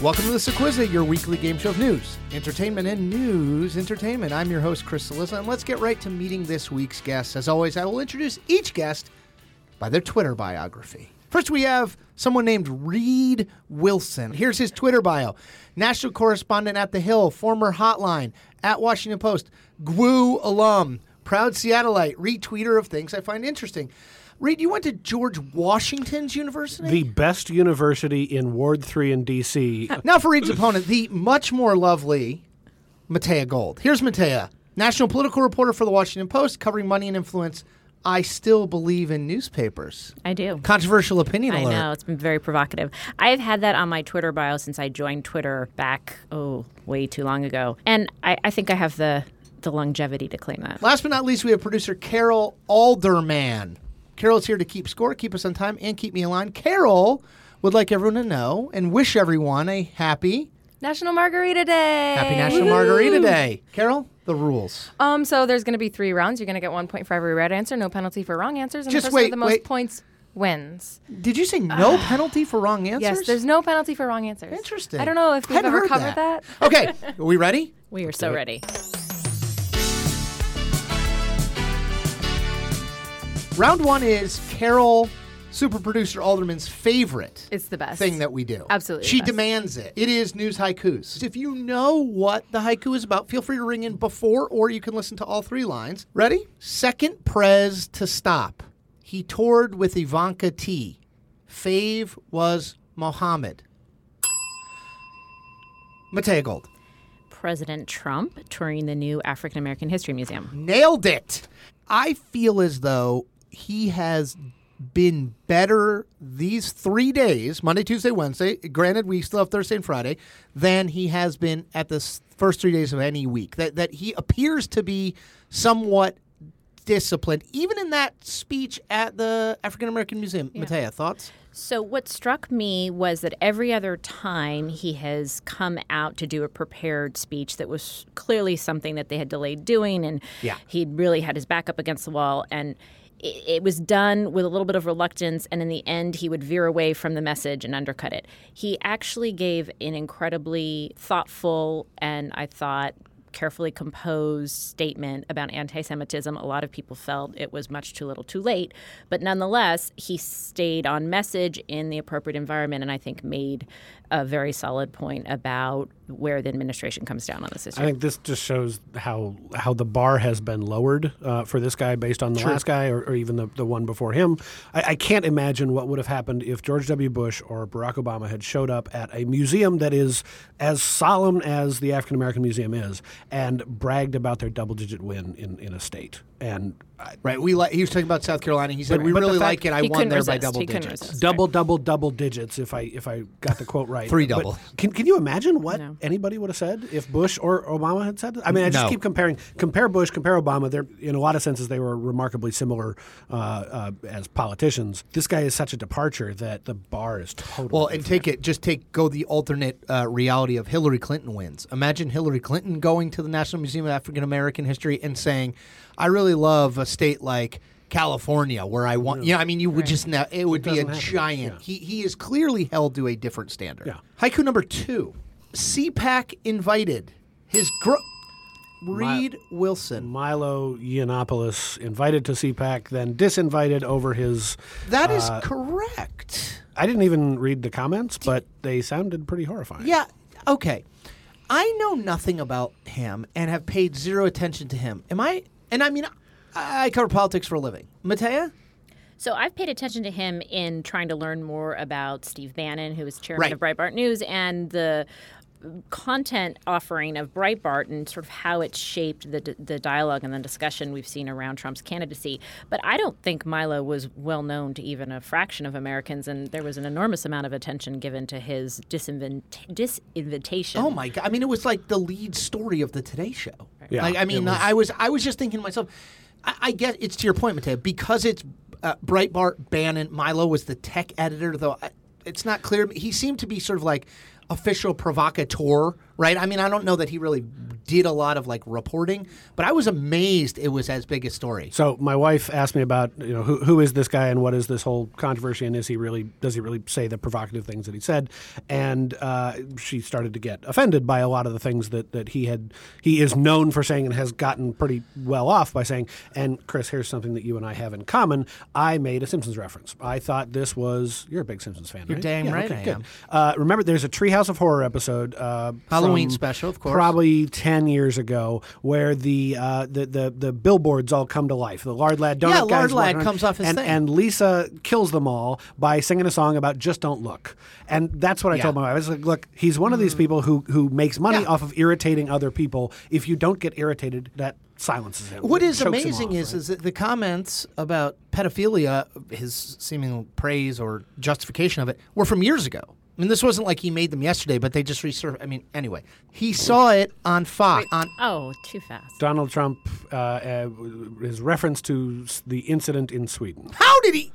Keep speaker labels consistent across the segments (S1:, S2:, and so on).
S1: Welcome to the Sequizit, your weekly game show of news, entertainment, and news entertainment. I'm your host, Chris Salissa, and let's get right to meeting this week's guests. As always, I will introduce each guest by their Twitter biography. First, we have someone named Reed Wilson. Here's his Twitter bio National correspondent at The Hill, former Hotline, at Washington Post, GWU alum, proud Seattleite, retweeter of things I find interesting. Reed, you went to George Washington's University?
S2: the best university in Ward 3 in D.C.
S1: Now for Reed's opponent, the much more lovely Matea Gold. Here's Matea, national political reporter for the Washington Post, covering money and influence. I still believe in newspapers.
S3: I do.
S1: Controversial opinion
S3: I
S1: alert.
S3: know it's been very provocative. I've had that on my Twitter bio since I joined Twitter back oh way too long ago, and I, I think I have the the longevity to claim that.
S1: Last but not least, we have producer Carol Alderman. Carol's here to keep score, keep us on time, and keep me in line. Carol would like everyone to know and wish everyone a happy,
S4: National Margarita Day.
S1: happy National Margarita Day. Carol, the rules.
S4: Um, so there's going to be three rounds. You're going to get one point for every right answer, no penalty for wrong answers, and
S1: Just
S4: the person
S1: wait,
S4: with the most
S1: wait.
S4: points wins.
S1: Did you say no penalty for wrong answers?
S4: Yes, there's no penalty for wrong answers.
S1: Interesting.
S4: I don't know if we've
S1: Hadn't
S4: ever
S1: heard
S4: covered that.
S1: Okay, are we ready?
S3: We are so ready.
S1: Round one is Carol, super producer Alderman's favorite
S4: It's the best
S1: thing that we do.
S4: Absolutely
S1: She
S4: the best.
S1: demands it. It is news haikus. If you know what the haiku is about, feel free to ring in before or you can listen to all three lines. Ready? Second Prez to stop. He toured with Ivanka T. Fave was Mohammed. Matea Gold.
S3: President Trump touring the new African American History Museum.
S1: Nailed it. I feel as though he has been better these three days Monday, Tuesday, Wednesday. Granted, we still have Thursday and Friday than he has been at the s- first three days of any week. That, that he appears to be somewhat disciplined, even in that speech at the African American Museum. Matea, thoughts?
S3: So, what struck me was that every other time he has come out to do a prepared speech that was clearly something that they had delayed doing, and
S1: Yeah.
S3: he'd really had his back up against the wall, and it, it was done with a little bit of reluctance, and in the end, he would veer away from the message and undercut it. He actually gave an incredibly thoughtful and I thought carefully composed statement about anti-Semitism. A lot of people felt it was much too little, too late, but nonetheless, he stayed on message in the appropriate environment, and I think made a very solid point about where the administration comes down on this issue.
S2: I think this just shows how how the bar has been lowered uh, for this guy based on the last guy or, or even the, the one before him. I, I can't imagine what would have happened if George W. Bush or Barack Obama had showed up at a museum that is as solemn as the African American Museum is and bragged about their double digit win in, in a state. And I,
S1: Right. We li- he was talking about South Carolina. He said,
S2: But-
S1: We
S2: but the
S1: really like
S2: fact-
S1: it. I
S3: He
S1: won
S3: couldn't
S1: there by
S3: resist.
S1: double
S3: He couldn't
S1: digits.
S3: resist.
S2: double double double digits if i if i got the quote right
S1: Three
S2: But
S1: double.
S2: can, can you imagine what
S3: No.
S2: anybody would have said if bush or obama had said that i mean i just
S1: No.
S2: keep comparing compare bush compare obama they're in a lot of senses they were remarkably similar uh, uh, as politicians this guy is such a departure that the bar is totally
S1: Well, and take it, just take, go the alternate uh, reality of Hillary Clinton wins. Imagine Hillary Clinton going to the National Museum of African American History and saying, I really love a state like California where I want, you know, I mean, you would just, now it would be a giant. He, he is clearly held to a different standard.
S2: Yeah.
S1: Haiku number two CPAC invited his gro- Reed Wilson.
S2: Milo Yiannopoulos invited to CPAC, then disinvited over his. uh,
S1: That is correct.
S2: I didn't even read the comments, but they sounded pretty horrifying.
S1: Yeah. Okay. I know nothing about him and have paid zero attention to him. Am I? And I mean, I, I cover politics for a living. Matea?
S3: So I've paid attention to him in trying to learn more about Steve Bannon, who is chairman
S1: Right.
S3: of Breitbart News, and the content offering of Breitbart and sort of how it shaped the, the dialogue and the discussion we've seen around Trump's candidacy. But I don't think Milo was well known to even a fraction of Americans, and there was an enormous amount of attention given to his disinvent- disinvitation.
S1: Oh my god! I mean, it was like the lead story of the Today Show.
S2: Yeah,
S1: like, I mean,
S2: it was-
S1: I was I was just thinking to myself, I, I get it's to your point, Matea, because it's uh, Breitbart, Bannon, Milo was the tech editor, though I, it's not clear. He seemed to be sort of like official provocateur right? I mean, I don't know that he really did a lot of like reporting, but I was amazed it was as big a story.
S2: So my wife asked me about you know who, who is this guy and what is this whole controversy and is he really does he really say the provocative things that he said and uh, she started to get offended by a lot of the things that that he had he is known for saying and has gotten pretty well off by saying and Chris here's something that you and I have in common I made a Simpsons reference I thought this was you're a big Simpsons fan you're right?
S1: damn right I
S2: good.
S1: am.
S2: Uh, remember there's a Treehouse of Horror episode uh,
S1: Halloween
S2: from
S1: special, of course.
S2: probably ten years ago, where the uh, the, the the billboards all come to life. The lard lad donut
S1: Yeah,
S2: guys
S1: Lard
S2: walking
S1: Lad
S2: around,
S1: comes off his
S2: and,
S1: thing.
S2: and Lisa kills them all by singing a song about just don't look. And that's what I
S1: Yeah. Mm.
S2: told my wife. I was like, look, he's one of these people who who makes money
S1: Yeah.
S2: off of irritating other people. If you don't get irritated, that silences him.
S1: What
S2: It
S1: is
S2: chokes him
S1: amazing
S2: off,
S1: is
S2: right?
S1: is that the comments about pedophilia, his seeming praise or justification of it, were from years ago. I mean, this wasn't like he made them yesterday, but they just resurfaced. I mean, anyway, he saw it on Fox. On
S3: Oh, too fast.
S2: Donald Trump, uh, uh, his reference to s- the incident in Sweden.
S1: how did he?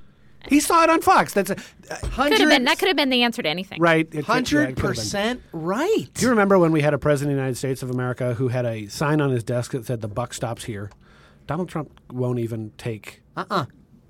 S2: He saw it on Fox. That's a, uh,
S3: Could have been that could have been the answer to anything.
S2: right. it could- yeah, it could have been.
S1: Hundred percent right.
S2: Do you remember when we had a president of the United States of America who had a sign on his desk that said "The buck stops here"? Donald Trump won't even take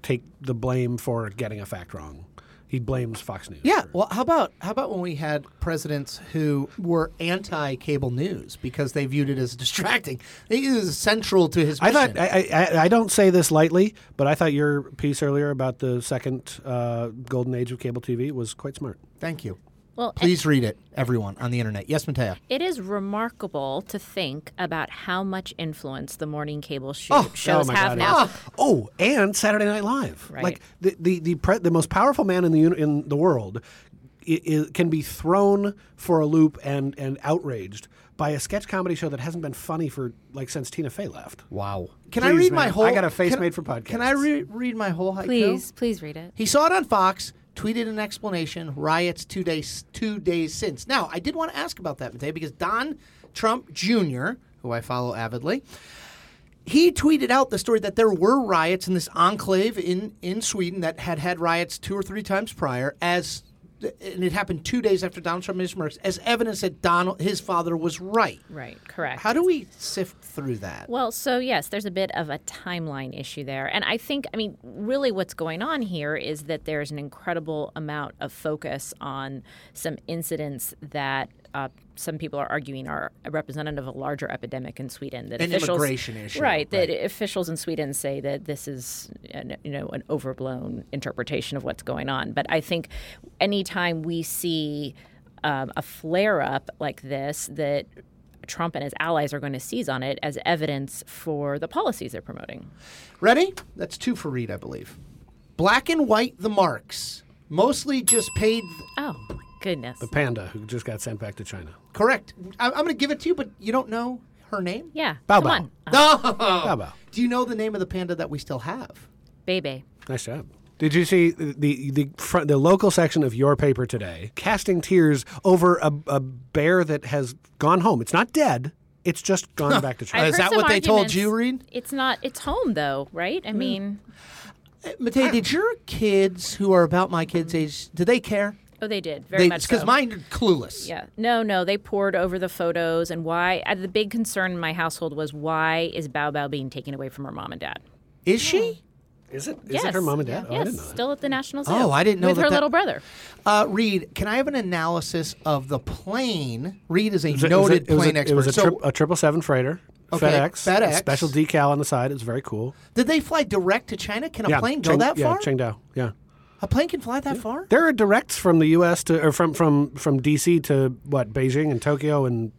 S2: take the blame for getting a fact wrong. He blames Fox News.
S1: Yeah.
S2: for-
S1: Well, how about how about when we had presidents who were anti-cable news because they viewed it as distracting? It is central to his.
S2: I
S1: Mission.
S2: thought I, I, I- I don't say this lightly, but I thought your piece earlier about the second uh, golden age of cable TV was quite smart.
S1: Thank you.
S3: Well, and-
S1: Please read it, everyone, on the internet. Yes, Mateo.
S3: It is remarkable to think about how much influence the morning cable show,
S2: oh
S3: shows
S2: my God,
S3: have now.
S2: yeah. Oh, and Saturday Night Live.
S3: Right.
S2: Like the the the, pre- the most powerful man in the uni- in the world i i can be thrown for a loop and and outraged by a sketch comedy show that hasn't been funny for like since Tina Fey left.
S1: Wow. Can I
S2: Please,
S1: read my
S2: man.
S1: whole?
S2: I got a face
S1: can-
S2: made for podcasts.
S1: Can I re- read my whole haiku?
S4: Please, please read it.
S1: He saw it on Fox, tweeted an explanation, riots two days two days since. Now, I did want to ask about that today because Don Trump Jr., who I follow avidly, he tweeted out the story that there were riots in this enclave in, in Sweden that had had riots two or three times prior as and it happened two days after Donald Trump made his remarks as evidence that Donald his father was right.
S3: Oh. Right, correct.
S1: How do we sift through that?
S3: Well, so yes, there's a bit of a timeline issue there. And I think, I mean, really what's going on here is that there's an incredible amount of focus on some incidents that uh, some people are arguing are representative of a larger epidemic in Sweden. That
S1: An
S3: officials,
S1: immigration issue,
S3: Right, that officials in Sweden say that this is, an, you know, an overblown interpretation of what's going on. But I think anytime we see um, a flare up like this, that Trump and his allies are going to seize on it as evidence for the policies they're promoting.
S1: Ready? That's two for Reed, I believe. Black and white the marks. Mostly just paid
S3: Oh, my goodness.
S2: The panda who just got sent back to China.
S1: Correct. I, I'm going to give it to you, but you don't know her name?
S3: Yeah.
S2: Bow
S3: come
S2: Bow.
S3: on. Uh,
S1: Ah.
S2: How about?
S1: Do you know the name of the panda that we still have?
S3: Bebe.
S2: Nice job. Did you see the the the, front, the local section of your paper today casting tears over a, a bear that has gone home? It's not dead. It's just gone back to China.
S3: I've
S1: Uh, is
S3: heard
S1: that
S3: some
S1: what they told
S3: arguments.
S1: you, Reed? Hmm.
S3: It's not, it's home though, right? I mean,
S1: Uh, Matei, did your kids who are about my kids' age, do they care?
S3: oh, they did. Very much
S1: Because
S3: so.
S1: mine are clueless.
S3: Yeah. No, no. They poured over the photos and why. Uh, the big concern in my household was why is Bao Bao being taken away from her mom and dad?
S1: Is she?
S2: Is it? Is
S3: yes.
S2: it her mom and dad? Oh,
S3: yes.
S2: I didn't know that.
S3: Still at the National Zoo.
S1: Oh, I didn't know
S3: With
S1: that
S3: her
S1: that-
S3: little brother.
S1: Uh, Reed, can I have an analysis of the plane? Reed is a
S2: It was a-
S1: noted
S2: it was a-
S1: plane expert.
S2: It was a,
S1: so,
S2: trip- a triple seven freighter.
S1: Okay,
S2: FedEx,
S1: FedEx.
S2: a special decal on the side. It was very cool.
S1: did they fly direct to China? Can a plane go
S2: Cheng-
S1: that
S2: yeah,
S1: far?
S2: Chengdu. Yeah,
S1: a plane can fly that far?
S2: there are directs from the U.S. to or from from from D.C. to what Beijing and Tokyo and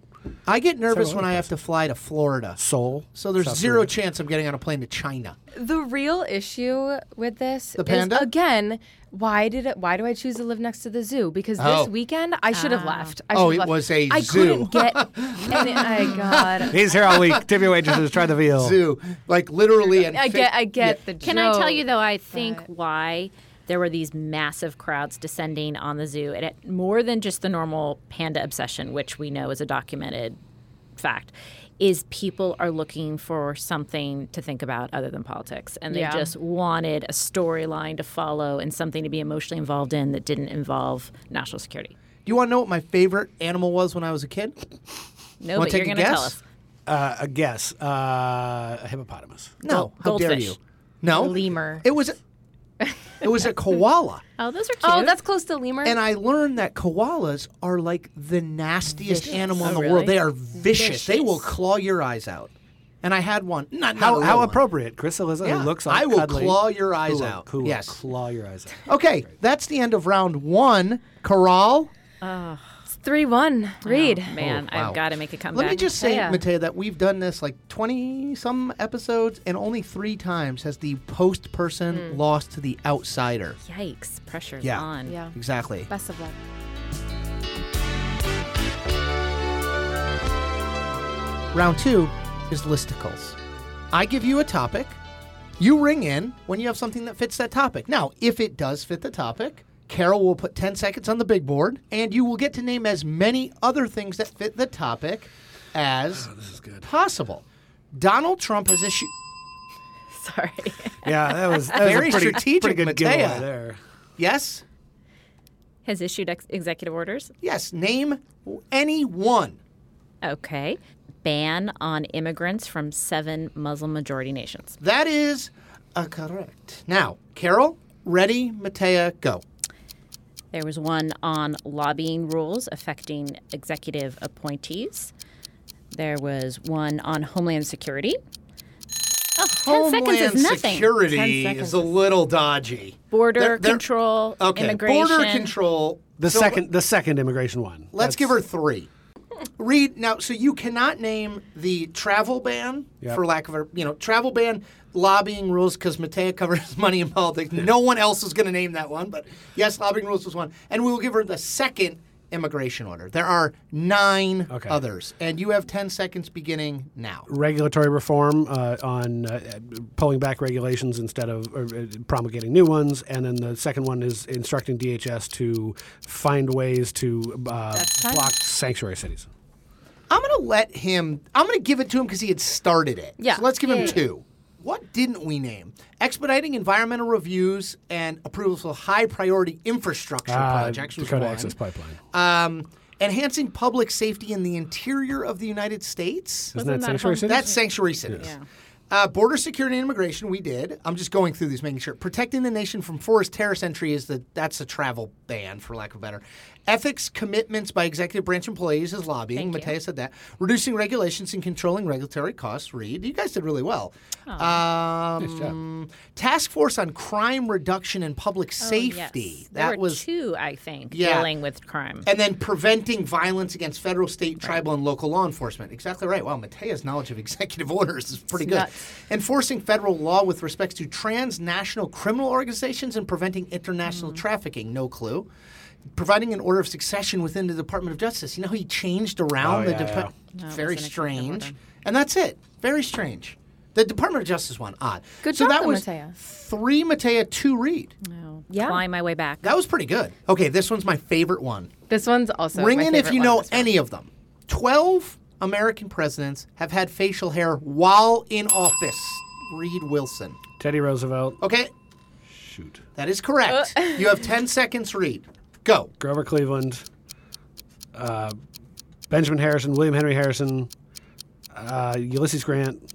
S1: I get nervous when I have to fly to Florida.
S2: Seoul.
S1: So there's
S2: South
S1: zero
S2: Korea.
S1: chance I'm getting on a plane to China.
S4: The real issue with this
S1: The panda?
S4: is again, why did it why do I choose to live next to the zoo? Because
S1: Oh.
S4: this weekend I should have left. I
S1: Oh,
S4: should have
S1: it
S4: left.
S1: was a
S4: I
S1: zoo.
S4: couldn't get and it, I god.
S2: He's here all week. Tip your waitresses. Try the veal.
S1: Zoo, like literally. And
S4: I
S1: fi-
S4: get I get the
S3: Can I tell you
S4: that
S3: though? I think why there were these massive crowds descending on the zoo, and it, more than just the normal panda obsession, which we know is a documented fact, is people are looking for something to think about other than politics, and they
S4: Yeah.
S3: just wanted a storyline to follow and something to be emotionally involved in that didn't involve national security.
S1: You want to know what my favorite animal was when I was a kid?
S3: No,
S1: Wanna
S3: but you're
S1: take a
S3: going to tell
S1: guess?
S3: us.
S2: Uh, a guess. Uh, a hippopotamus.
S1: No.
S3: Gold-
S1: how dare
S3: goldfish.
S1: you? No.
S4: Lemur.
S1: It was. It was a koala.
S3: Oh, those are cute.
S4: Oh, that's close to lemur.
S1: And I learned that koalas are like the nastiest animal in
S3: Oh,
S1: the
S3: really?
S1: world. They are vicious. They will
S3: Vicious.
S1: claw your eyes out. And I had one. Not, not a
S2: How,
S1: real
S2: how
S1: one.
S2: appropriate, Chris Eliza.
S1: Yeah.
S2: Who looks like
S1: I will
S2: cuddly.
S1: claw your eyes
S2: Who will-
S1: out.
S2: Who will
S1: Yes.
S2: claw your eyes out.
S1: Okay, that's the end of round one. Corral.
S4: it's three one. Read.
S3: Oh, man,
S1: wow.
S3: I've got to make a comeback.
S1: Let me just say,
S4: Yeah.
S1: Mateo, that we've done this like 20 some episodes, and only three times has the post person lost to the outsider.
S3: Yikes, pressure's
S1: Yeah.
S3: on.
S4: Yeah.
S1: Exactly.
S4: Best of luck.
S1: Round two is listicles. I give you a topic. You ring in when you have something that fits that topic. Now, if it does fit the topic, Carol will put 10 seconds on the big board, and you will get to name as many other things that fit the topic as possible. Donald Trump has issued.
S3: Sorry.
S2: Yeah, that was, that was
S1: Very
S2: a pretty,
S1: strategic,
S2: pretty good
S1: Matea.
S2: giveaway there.
S1: Yes?
S3: Has issued ex- executive orders.
S1: Yes. Name any one.
S3: Okay. Ban on immigrants from seven Muslim majority nations.
S1: That is uh, correct. Now, Carol, ready, Matea, go.
S3: There was one on lobbying rules affecting executive appointees. There was one on Homeland Security. Oh, 10 seconds is nothing.
S1: Security
S4: 10 seconds
S1: is a little dodgy.
S3: Border
S1: They're- they're-
S3: control,
S1: Okay,
S3: immigration.
S1: border control.
S2: The
S1: So
S2: second, the second immigration one.
S1: Let's give her three. Read now. So you cannot name the travel ban
S2: Yep.
S1: for lack of a you know travel ban lobbying rules because Matea covers money and politics. No one else is going to name that one, but yes, lobbying rules was one, and we will give her the second immigration order. There are nine
S2: Okay.
S1: others, and you have ten seconds beginning now.
S2: regulatory reform uh, on uh, pulling back regulations instead of or, uh, promulgating new ones, and then the second one is instructing DHS to find ways to uh,
S4: time.
S2: block sanctuary cities.
S1: I'm going to let him. I'm going to give it to him because he had started it.
S4: Yeah.
S1: So let's give
S4: Yeah,
S1: him
S4: yeah,
S1: two. What didn't we name? Expediting environmental reviews and approvals of high priority infrastructure projects. was
S2: Ah, Uh, Dakota
S1: one.
S2: Access Pipeline.
S1: Um, enhancing public safety in the interior of the United States.
S2: Isn't
S3: Wasn't
S2: that
S3: that
S2: sanctuary
S3: home-
S2: cities?
S1: That's sanctuary cities.
S3: Yeah.
S1: Uh, border security and immigration, we did. I'm just going through these, making sure. Protecting the nation from forced terrorist entry is the that's a travel ban, for lack of better. Ethics commitments by executive branch employees is lobbying. Matea said that. Reducing regulations and controlling regulatory costs. Read. You guys did really well.
S3: Oh.
S1: Um, Task force on crime reduction and public
S3: Oh, Yes.
S1: safety.
S3: There
S1: That
S3: were
S1: was.
S3: two, I think,
S1: Yeah.
S3: dealing with crime.
S1: And then preventing violence against federal, state, tribal, and local law enforcement. Exactly right. Wow, Matea's knowledge of executive orders is pretty
S4: It's
S1: good.
S4: nuts.
S1: Enforcing federal law with respect to transnational criminal organizations and preventing
S4: Mm.
S1: international trafficking. No clue. Providing an order of succession within the Department of Justice. You know, he changed around
S2: Oh,
S1: the
S2: yeah,
S1: Department.
S3: No,
S1: Very
S3: it was an executive
S1: strange.
S3: order.
S1: And that's it. Very strange. The Department of Justice one, odd.
S4: Good
S1: so
S4: job,
S1: that
S4: though,
S1: was
S4: Matea.
S1: three Matea, two Reed.
S3: No.
S4: Yeah.
S3: Climb my way back.
S1: That was pretty good. Okay, this one's my favorite one.
S4: This one's also
S1: Ring
S4: my
S1: in if
S4: favorite
S1: you
S4: one
S1: know
S4: as well.
S1: any of them. 12 American presidents have had facial hair while in office. Reed Wilson.
S2: Teddy Roosevelt.
S1: Okay,
S2: Shoot.
S1: that is correct.
S4: Uh.
S1: you have 10 seconds, Reed. Go.
S2: Grover Cleveland. Uh, Benjamin Harrison. William Henry Harrison. Uh, Ulysses Grant.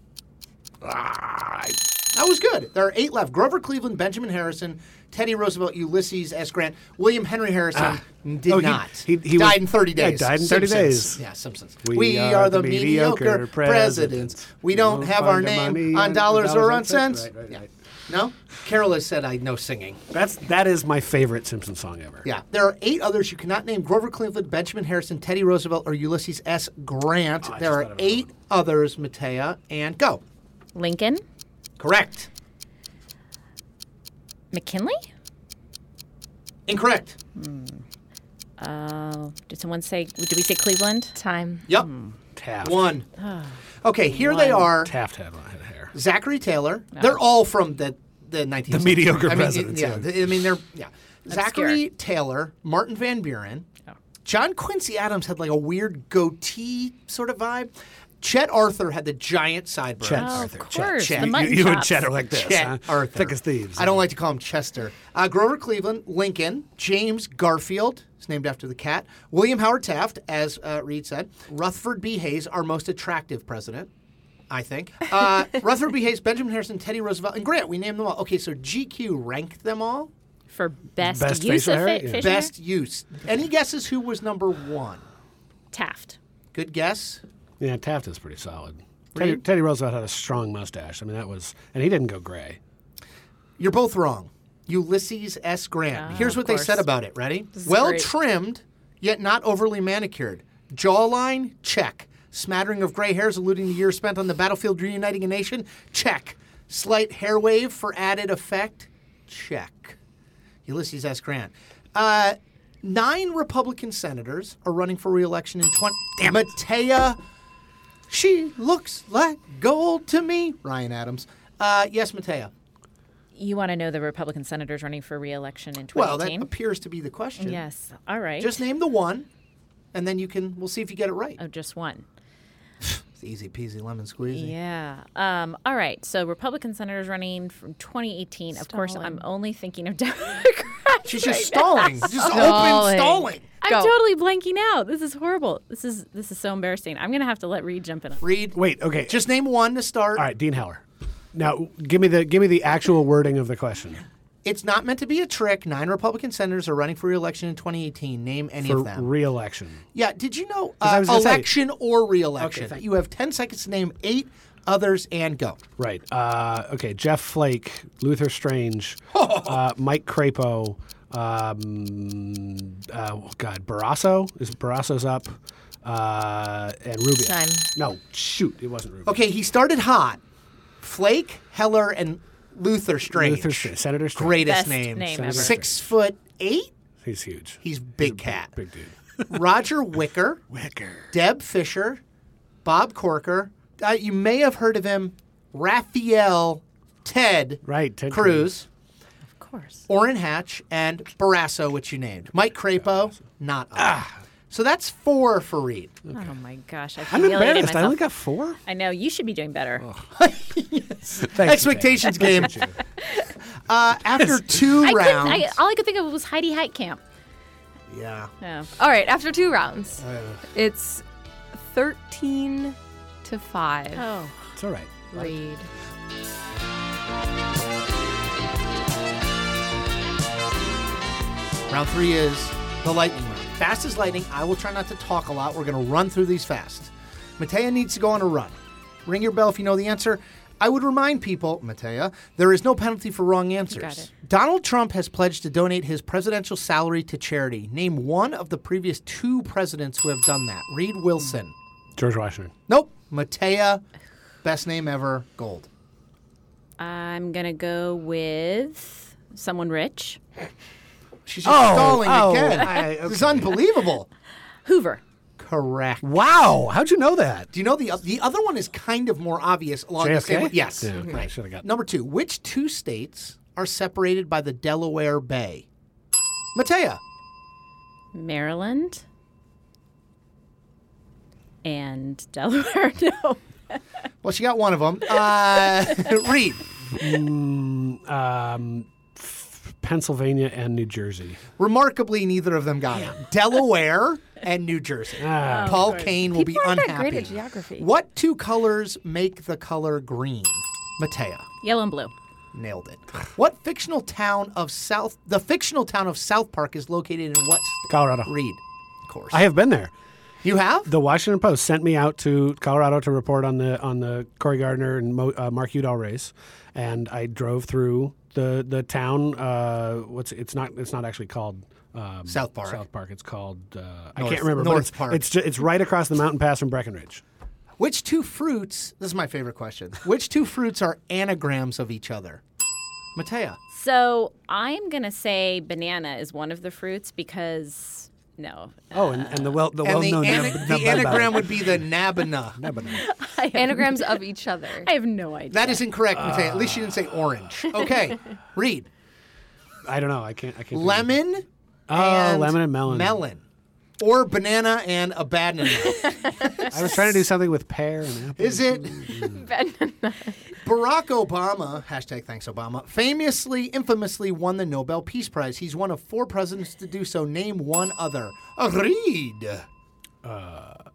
S1: That was good. There are eight left Grover Cleveland, Benjamin Harrison, Teddy Roosevelt, Ulysses S. Grant, William Henry Harrison did
S2: Oh, he-
S1: not.
S2: he- he
S1: died
S2: was-
S1: in 30
S2: yeah,
S1: days.
S2: died in 30
S1: Simpsons.
S2: days.
S1: Yeah, Simpsons.
S2: We are the mediocre
S1: presidents.
S2: presidents.
S1: We don't
S2: We'll
S1: have
S2: find
S1: our
S2: the
S1: name
S2: money
S1: on
S2: and
S1: dollars or on
S2: and cents.
S1: cents.
S2: Right, right,
S1: Yeah.
S2: right.
S1: No? Carol has said I know singing.
S2: That's that is my favorite Simpsons song ever.
S1: Yeah. There are eight others you cannot name Grover Cleveland, Benjamin Harrison, Teddy Roosevelt, or Ulysses S. Grant.
S2: Oh, I
S1: there
S2: just
S1: are
S2: thought of another
S1: eight others, Matea, and go.
S3: Lincoln?
S1: Correct.
S3: McKinley?
S1: Incorrect.
S3: Uh, did someone say, did we say Cleveland?
S4: Time.
S1: Yep.
S2: Hmm. Taft.
S1: One. Okay, here they
S3: One.
S1: are
S2: Taft had had hair.
S1: Zachary Taylor. They're all from the, the 19th The
S2: mediocre
S1: I mean,
S2: presidents,
S1: Yeah.
S2: yeah.
S1: th- I mean, they're, yeah. Zachary Taylor, Martin Van Buren. John Quincy Adams had like a weird goatee sort of vibe. Chet Arthur had the giant sideburns.
S2: Chet
S3: Oh,
S2: Arthur.
S3: of course,
S1: Chet. You-
S3: the
S2: You,
S3: mutton
S2: you and
S3: chops.
S2: Chet are like this.
S1: Chet
S2: huh?
S1: Arthur.
S2: Thick as thieves.
S1: I don't like to call him Chester. Uh, Grover Cleveland, Lincoln, James Garfield, it's named after the cat, William Howard Taft, as uh, Reed said, Rutherford B. Hayes, our most attractive president. I think. Uh, Rutherford B. Hayes, Benjamin Harrison, Teddy Roosevelt, and Grant. We named them all. Okay, so GQ ranked them all.
S3: for best,
S2: Best
S3: use
S2: facial
S3: of
S2: hair?
S3: fa-
S2: Yeah.
S3: facial hair?
S1: Best use. Any guesses who was number one?
S3: Taft.
S1: Good guess.
S2: Yeah, Taft is pretty solid. Teddy, Teddy Roosevelt had a strong mustache. I mean, that was, and he didn't go gray.
S1: You're both wrong. Ulysses S. Grant.
S3: Ah,
S1: Here's
S3: of
S1: what they
S3: course.
S1: said about it. Ready?
S3: is
S1: Well
S3: great.
S1: trimmed, yet not overly manicured. Jawline, check. Smattering of gray hairs alluding to years spent on the battlefield reuniting a nation, check. Slight hair wave for added effect, check. Ulysses S. Grant. Uh, nine Republican senators are running for reelection in 20. Damn it. Matea. She looks like gold to me. Ryan Adams. Uh, yes, Matea.
S3: You want to know the Republican senators running for reelection in
S1: Well, that
S3: 2018?
S1: appears to be the question.
S3: yes. All right.
S1: Just name the one, and then you can. We'll see if you get it right.
S3: oh, just one.
S1: It's easy peasy lemon squeezy.
S3: Yeah. Um, all right. So Republican senators running from 2018. Of course, I'm only thinking of Democrats.
S1: She's just stalling. Just open
S4: Stalling.
S1: stalling.
S3: I'm
S4: Go.
S3: totally blanking out. This is horrible. This is this is so embarrassing. I'm gonna have to let Reed jump in.
S1: Read.
S2: Wait, okay.
S1: Just name one to start.
S2: All right, Dean Howler. Now, give me the give me the actual wording of the question
S1: It's not meant to be a trick. Nine Republican senators are running for reelection in 2018. Name any
S2: for
S1: of them.
S2: reelection.
S1: yeah. Did you know
S2: I
S1: uh,
S2: was gonna say-
S1: election or reelection?
S2: Okay, thank-
S1: you have 10 seconds to name eight others and go.
S2: Right. Uh, okay. Jeff Flake, Luther Strange, uh, Mike Crapo. Um, uh, oh God, Barrasso is Barrasso's up, uh, and Rubio.
S4: Time.
S2: No, shoot, it wasn't Rubio.
S1: Okay. He started hot. Flake, Heller, and Luther Strange.
S2: Luther Strange, Senator Strange.
S1: Greatest
S3: Best
S1: names.
S3: name ever.
S1: Six foot eight.
S2: He's huge.
S1: He's big cat.
S2: Big dude.
S1: Roger Wicker,
S2: Wicker.
S1: Deb Fisher, Bob Corker. Uh, you may have heard of him, Raphael Ted,
S2: Right, Ted
S1: Cruz,
S3: Of course.
S1: Orrin Hatch, and Barrasso, which you named. Mike Crapo, not up. So that's four for Reed.
S3: Oh my gosh. I
S2: I'm
S3: humiliated
S2: embarrassed.
S3: myself.
S2: I only got four.
S3: I know you should be doing better.
S2: Thanks,
S1: Expectations game. Uh, after two
S3: I couldn't-
S1: rounds.
S3: I, all I could think of was Heidi Heitkamp.
S1: yeah.
S3: Yeah.
S4: All right, after two rounds, it's 13 to 5.
S3: Oh,
S2: It's all right.
S4: Reed.
S1: Round three is the lightning round. Fast as lightning. I will try not to talk a lot. We're going to run through these fast. Matea needs to go on a run. Ring your bell if you know the answer. I would remind people, Matea, there is no penalty for wrong answers.
S4: Got it.
S1: Donald Trump has pledged to donate his presidential salary to charity. Name one of the previous two presidents who have done that. Reed Wilson.
S2: George Washington.
S1: Nope. Matea, best name ever, gold.
S3: I'm gonna go with someone rich.
S1: She's just
S2: Oh,
S1: stalling
S2: oh,
S1: again.
S2: I-
S1: This is unbelievable.
S3: Hoover.
S1: Correct.
S2: Wow, how'd you know that?
S1: Do you know the oth- the other one is kind of more obvious along the
S2: JFK?
S1: same? Yes.
S2: Yeah, okay, I should've got-
S1: Number two. Which two states are separated by the Delaware Bay? Matea.
S3: Maryland and Delaware. No.
S1: Well, she got one of them. Uh, Reed.
S2: Um, f- Pennsylvania and New Jersey.
S1: Remarkably, neither of them got it. Delaware and New Jersey.
S2: Ah.
S1: Paul Kane will be
S4: Oh, People aren't that
S1: unhappy.
S4: great at geography.
S1: What two colors make the color green? Matea.
S3: Yellow and blue.
S1: Nailed it. What fictional town of South the fictional town of South Park is located in what state?
S2: Colorado.
S1: Reed. Of course.
S2: I have been there.
S1: you have?
S2: The Washington Post sent me out to Colorado to report on the on the Cory Gardner and Mo, uh, Mark Udall race, and I drove through the the town. Uh, what's it's not it's not actually called. Um,
S1: South Park.
S2: South Park. It's called. Uh, I
S1: North-
S2: can't remember. but
S1: North
S2: it's,
S1: Park.
S2: It's ju- it's right across the mountain pass from Breckenridge.
S1: Which two fruits? This is my favorite question. Which two fruits are anagrams of each other? Matea.
S3: So I'm gonna say banana is one of the fruits because no,
S2: Oh, and, and the well the well
S1: And the,
S2: known
S1: ana- the anagram would be the nabana.
S3: I have,
S4: Anagrams of each other.
S3: I have no idea.
S1: That is incorrect, Matea. At least you didn't say orange. Okay. Read.
S2: I don't know. I can't. I can't. think of-
S1: Lemon.
S2: Oh,
S1: and
S2: lemon and melon.
S1: Melon. Or banana and abandonment.
S2: I was trying to do something with pear and apple.
S1: Is it Barack Obama, hashtag thanks Obama, famously, infamously won the Nobel Peace Prize. He's one of four presidents to do so. Name one other. Reed.
S2: Oh, oh,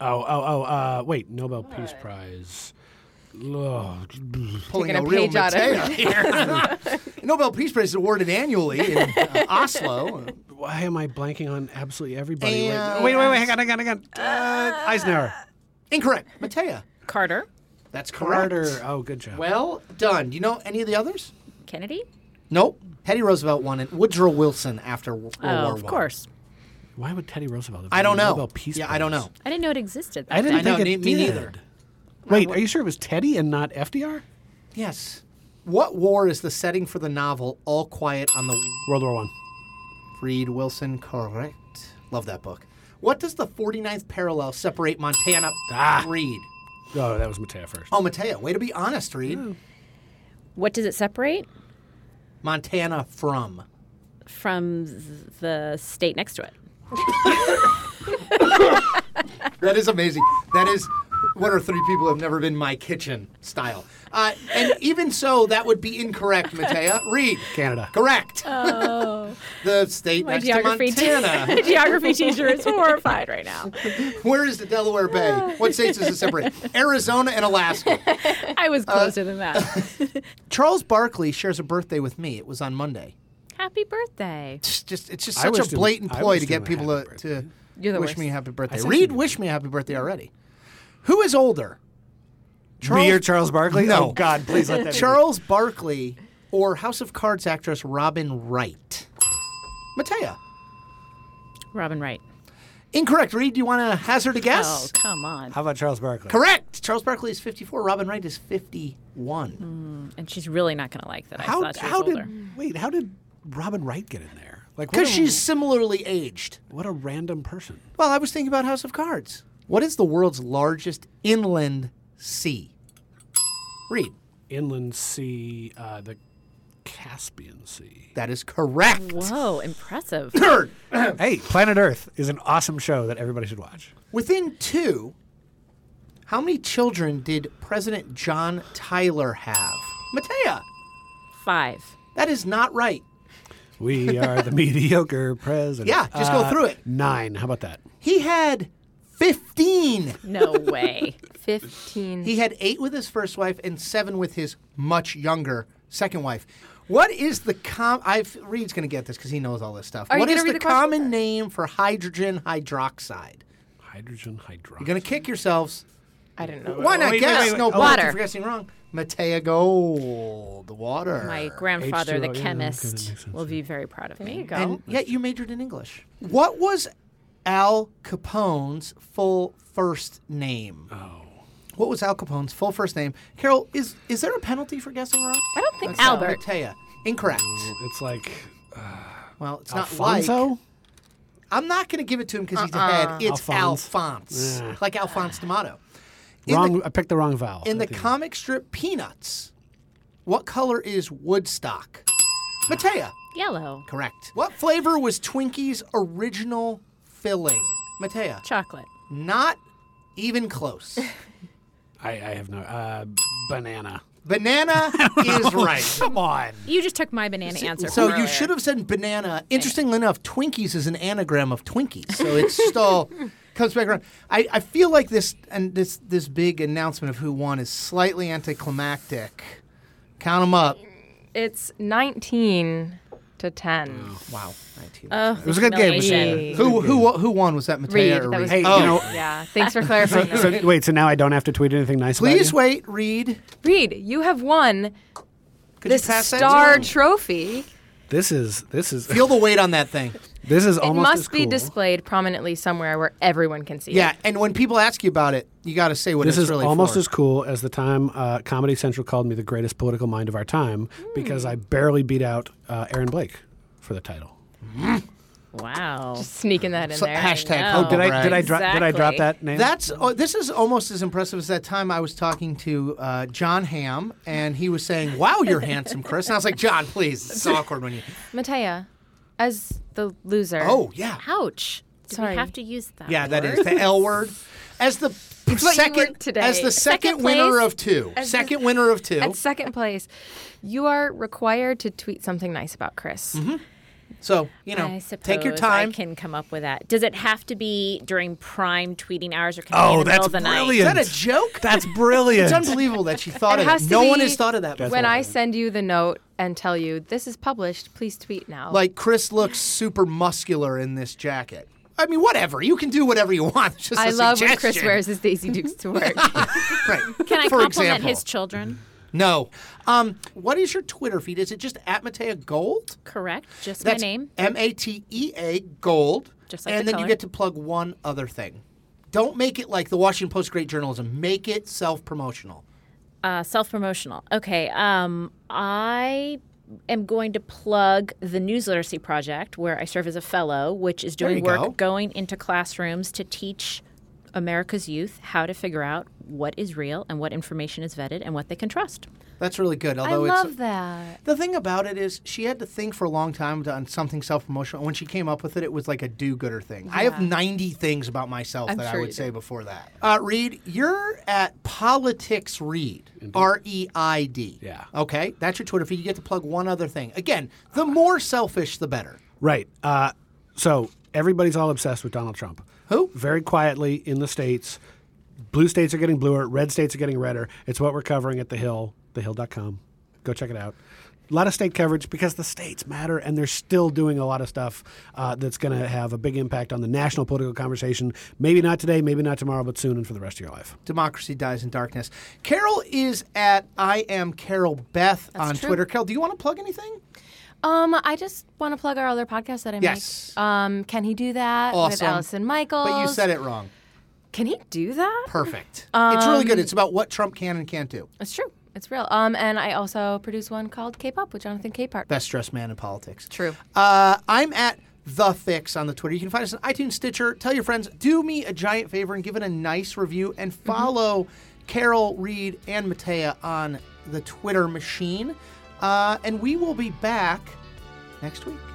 S2: oh, uh, wait, Nobel Peace Prize. Ugh.
S1: Pulling
S4: Taking a
S1: real
S4: page out of
S1: Mateo here. Nobel Peace Prize is awarded annually in uh, Oslo.
S2: Why am I blanking on absolutely everybody?
S1: And-
S2: Wait, wait, wait, wait, hang on, hang on, hang on. Uh, Eisenhower.
S1: Incorrect. Matea.
S3: Carter,
S1: That's correct.
S2: Carter. Oh, good job.
S1: Well done. Do you know any of the others?
S3: Kennedy.
S1: Nope. Teddy Roosevelt won it. Woodrow Wilson after Wo- World War
S3: Oh,
S1: One.
S3: of course.
S2: Why would Teddy Roosevelt have
S1: I don't
S2: won the
S1: know.
S2: Nobel Peace
S1: yeah,
S2: Prize?
S1: I don't know.
S3: I didn't know it existed.
S2: I didn't
S1: I know,
S2: think
S1: ne-
S2: it
S1: me
S2: did.
S1: neither.
S2: Wait, are you sure it was Teddy and not FDR?
S1: Yes. What war is the setting for the novel All Quiet on the
S2: World War One.
S1: Reed Wilson? Correct. Love that book. What does the 49th parallel separate Montana
S2: Ah.
S1: Reed?
S2: Oh, that was Matea first.
S1: Oh, Mateo, way to be honest, Reed.
S3: What does it separate
S1: Montana from.
S3: from th- the state next to it?
S1: That is amazing. That is one or three people have never been my kitchen style. Uh, and even so, that would be incorrect, Matea. Reed.
S2: Canada.
S1: Correct.
S4: Oh.
S1: the state
S3: My
S1: next
S3: geography,
S1: to Montana.
S3: te- geography teacher is horrified right now.
S1: Where is the Delaware Bay? What states does it separate? Arizona and Alaska.
S3: I was
S1: Uh,
S3: closer than that.
S1: Charles Barkley shares a birthday with me. It was on Monday.
S3: Happy birthday.
S1: It's just it's just
S2: I
S1: such
S2: was
S1: a
S2: doing-
S1: blatant
S2: I
S1: ploy
S2: was
S1: to get
S2: doing a
S1: people to,
S2: happy
S1: to
S4: You're the
S1: wish
S4: worst.
S1: me a happy birthday.
S2: said
S1: Reed,
S2: you-
S1: wish me a happy birthday already. Who is older?
S2: Me or Charles Barkley?
S1: No.
S2: Oh, God, please let that be.
S1: Charles Barkley or House of Cards actress Robin Wright? Matea.
S3: Robin Wright.
S1: Incorrect. Reed, do you want to hazard a
S3: Oh,
S1: guess?
S3: come on.
S2: How about Charles Barkley?
S1: Correct. Charles Barkley is 54. Robin Wright is 51.
S3: And she's really not going to like that. I
S2: How,
S3: thought she was
S2: how
S3: older.
S2: did wait? How did Robin Wright get in there? Like, what
S1: Because
S2: a-
S1: she's similarly aged.
S2: what a random person.
S1: Well, I was thinking about House of Cards. What is the world's largest inland sea? Read.
S2: Inland Sea, uh, the Caspian Sea.
S1: That is correct.
S3: Whoa, impressive.
S1: Third.
S2: Hey, Planet Earth is an awesome show that everybody should watch.
S1: Within two, how many children did President John Tyler have? Matea.
S3: Five.
S1: That is not right.
S2: We are the mediocre president. Uh,
S1: Yeah, just go through it.
S2: Nine. How about that?
S1: He had 15.
S3: No way.
S4: 15.
S1: He had eight with his first wife and seven with his much younger second wife. What is the com? I've Reed's going to get this because he knows all this stuff.
S4: Are you
S1: what
S4: gonna
S1: is
S4: read
S1: the,
S4: the question?
S1: common name for hydrogen hydroxide?
S2: Hydrogen hydroxide.
S1: You're going to kick yourselves.
S4: I didn't know.
S1: Why not
S2: wait,
S1: guess?
S2: wait, wait.
S1: No
S2: Oh,
S1: point
S3: water.
S1: for guessing wrong. Matea Gold, water.
S3: My grandfather,
S2: H2O,
S3: the
S2: yeah, okay, that
S3: chemist,
S2: makes sense,
S3: will
S2: yeah.
S3: be very proud of me.
S4: There you go.
S1: and yet you majored in English. What was Al Capone's full first name? Oh. What was Al Capone's full first name? Carol, is is there a penalty for guessing wrong?
S4: I don't think so.
S3: Albert.
S1: Matea. Incorrect.
S2: It's like
S1: Well, it's not
S2: Alfonso.
S1: like. I'm not going to give it to him because he's ahead. It's Alphonse,
S2: Alphonse. Yeah.
S1: like Alphonse D'Amato. In
S2: wrong.
S1: the,
S2: I picked the wrong vowel.
S1: in
S2: I
S1: the
S2: think.
S1: comic strip Peanuts, what color is Woodstock? Matea.
S3: Yellow.
S1: Correct. What flavor was Twinkie's original filling? Matea.
S3: Chocolate.
S1: Not even close.
S2: I, I have no uh, banana.
S1: Banana is right.
S2: Come on.
S3: You just took my banana answer.
S1: So
S3: from
S1: you
S3: earlier.
S1: should have said banana. Interestingly enough, Twinkies is an anagram of Twinkie, so it's still comes back around. I, I feel like this and this this big announcement of who won is slightly anticlimactic. Count them up.
S4: It's 19 to 10.
S1: Wow, nineteen.
S3: Oh,
S2: It was a good game.
S3: humiliation.
S2: Michelle.
S1: who who who won? Was that
S4: Reed,
S1: Matea or
S4: that
S1: Reed?
S4: was
S2: Hey, you
S4: Reed.
S2: know-
S4: Yeah, thanks for clarifying that.
S2: So wait. So now I don't have to tweet anything nice. about
S1: Please
S2: you?
S1: wait, Reed.
S4: Reed, you have won
S1: Could
S4: the
S1: you pass that
S4: Star
S1: down?
S4: Trophy.
S2: This is this is
S1: Feel the weight on that thing.
S2: this is
S4: It
S2: almost as
S4: must
S2: cool.
S4: be displayed prominently somewhere where everyone can see
S1: Yeah,
S4: it.
S1: and when people ask you about it, you got to say what
S2: This
S1: it's
S2: is
S1: really
S2: almost
S1: for.
S2: as cool as the time uh, Comedy Central called me the greatest political mind of our time because I barely beat out uh, Aaron Blake for the title.
S3: Wow.
S4: Sneaking that in
S1: So-
S4: there.
S1: hashtag
S3: know.
S1: hope
S3: Oh,
S2: Did I
S1: brag.
S2: did I drop did I drop
S3: Exactly.
S2: that name?
S1: That's oh, this is almost as impressive as that time I was talking to uh, John Ham, and he was saying, "Wow, you're handsome, Chris." And I was like, "John, please, it's awkward when you."
S4: Matea, as the loser,
S1: Oh yeah,
S3: Ouch. Do
S4: Sorry.
S3: we have to use that?
S1: Yeah, that
S3: word?
S1: is the L word. As the
S4: what you
S1: second
S4: learned today.
S1: as the second,
S3: Second
S1: winner
S3: place.
S1: of two,
S4: As the-
S1: second winner of two.
S4: At second place, you are required to tweet something nice about Chris.
S1: Mm-hmm. So you know,
S3: I
S1: take your
S3: suppose
S1: time.
S3: I can come up with that. Does it have to be during prime tweeting hours or can
S2: Oh,
S3: it be in the
S2: that's
S3: middle of the
S1: Is
S2: brilliant.
S1: that a joke?
S2: That's brilliant.
S1: It's unbelievable that she thought
S4: It
S1: of
S4: has
S1: it.
S4: to
S1: No one
S4: be
S1: has thought of that. before.
S4: when I send you the note and tell you this is published, please tweet now.
S1: Like Chris looks super muscular in this jacket. I mean, whatever. You can do whatever you want. It's just
S4: I
S1: a
S4: love when Chris
S1: suggestion.
S4: wears his Daisy Dukes to work.
S1: Right.
S3: Can I
S1: For
S3: compliment
S1: example.
S3: his children?
S1: No. Um, what is your Twitter feed? Is it just at Matea Gold?
S3: Correct. Just
S1: That's
S3: my name.
S1: M A T E A Gold.
S3: Just like
S1: and
S3: the
S1: then you
S3: color.
S1: get to plug one other thing. Don't make it like the Washington Post Great Journalism. Make it self promotional.
S3: Uh, Self promotional. Okay. Um, I am going to plug the News Literacy Project, where I serve as a fellow, which is
S1: There
S3: doing
S1: you
S3: work
S1: go.
S3: going into classrooms to teach America's youth how to figure out what is real and what information is vetted and what they can trust.
S1: That's really good.
S4: I
S1: Although it's
S4: love that.
S1: the thing about it is she had to think for a long time to- on something self promotional. When she came up with it, it was like a do gooder thing. I have ninety things about myself
S4: I'm
S1: that I
S4: sure
S1: would
S4: you
S1: say before that. Uh, Reed, you're at Politics Reed. R E I D.
S2: Yeah.
S1: Okay. That's your Twitter feed. You get to plug one other thing. Again, the more selfish the better.
S2: Right. Uh, so everybody's all obsessed with Donald Trump.
S1: Who?
S2: Very quietly in the states. Blue states are getting bluer, red states are getting redder. It's what we're covering at The Hill, thehill.com. Go check it out. A lot of state coverage because the states matter and they're still doing a lot of stuff uh, that's going to have a big impact on the national political conversation. Maybe not today, maybe not tomorrow, but soon and for the rest of your life.
S1: Democracy Dies in Darkness. Carol is at I am Carol Beth on
S4: true.
S1: Twitter. Carol, do you want to plug anything?
S4: Um, I just want to plug our other podcast that I
S1: Yes.
S4: make. Um, can he do that with
S1: Awesome.
S4: Allison Michaels?
S1: But you said it wrong.
S4: Can he do that?
S1: Perfect.
S4: um,
S1: it's really good. It's about what Trump can and can't do.
S4: It's true. It's real. Um, and I also produce one called K-pop with Jonathan Capehart.
S1: Best dressed man in politics.
S4: True.
S1: Uh, I'm at the fix on the Twitter. You can find us on iTunes, Stitcher. Tell your friends. Do me a giant favor and give it a nice review and follow Carol, Reed, and Matea on the Twitter machine. Uh, and we will be back next week.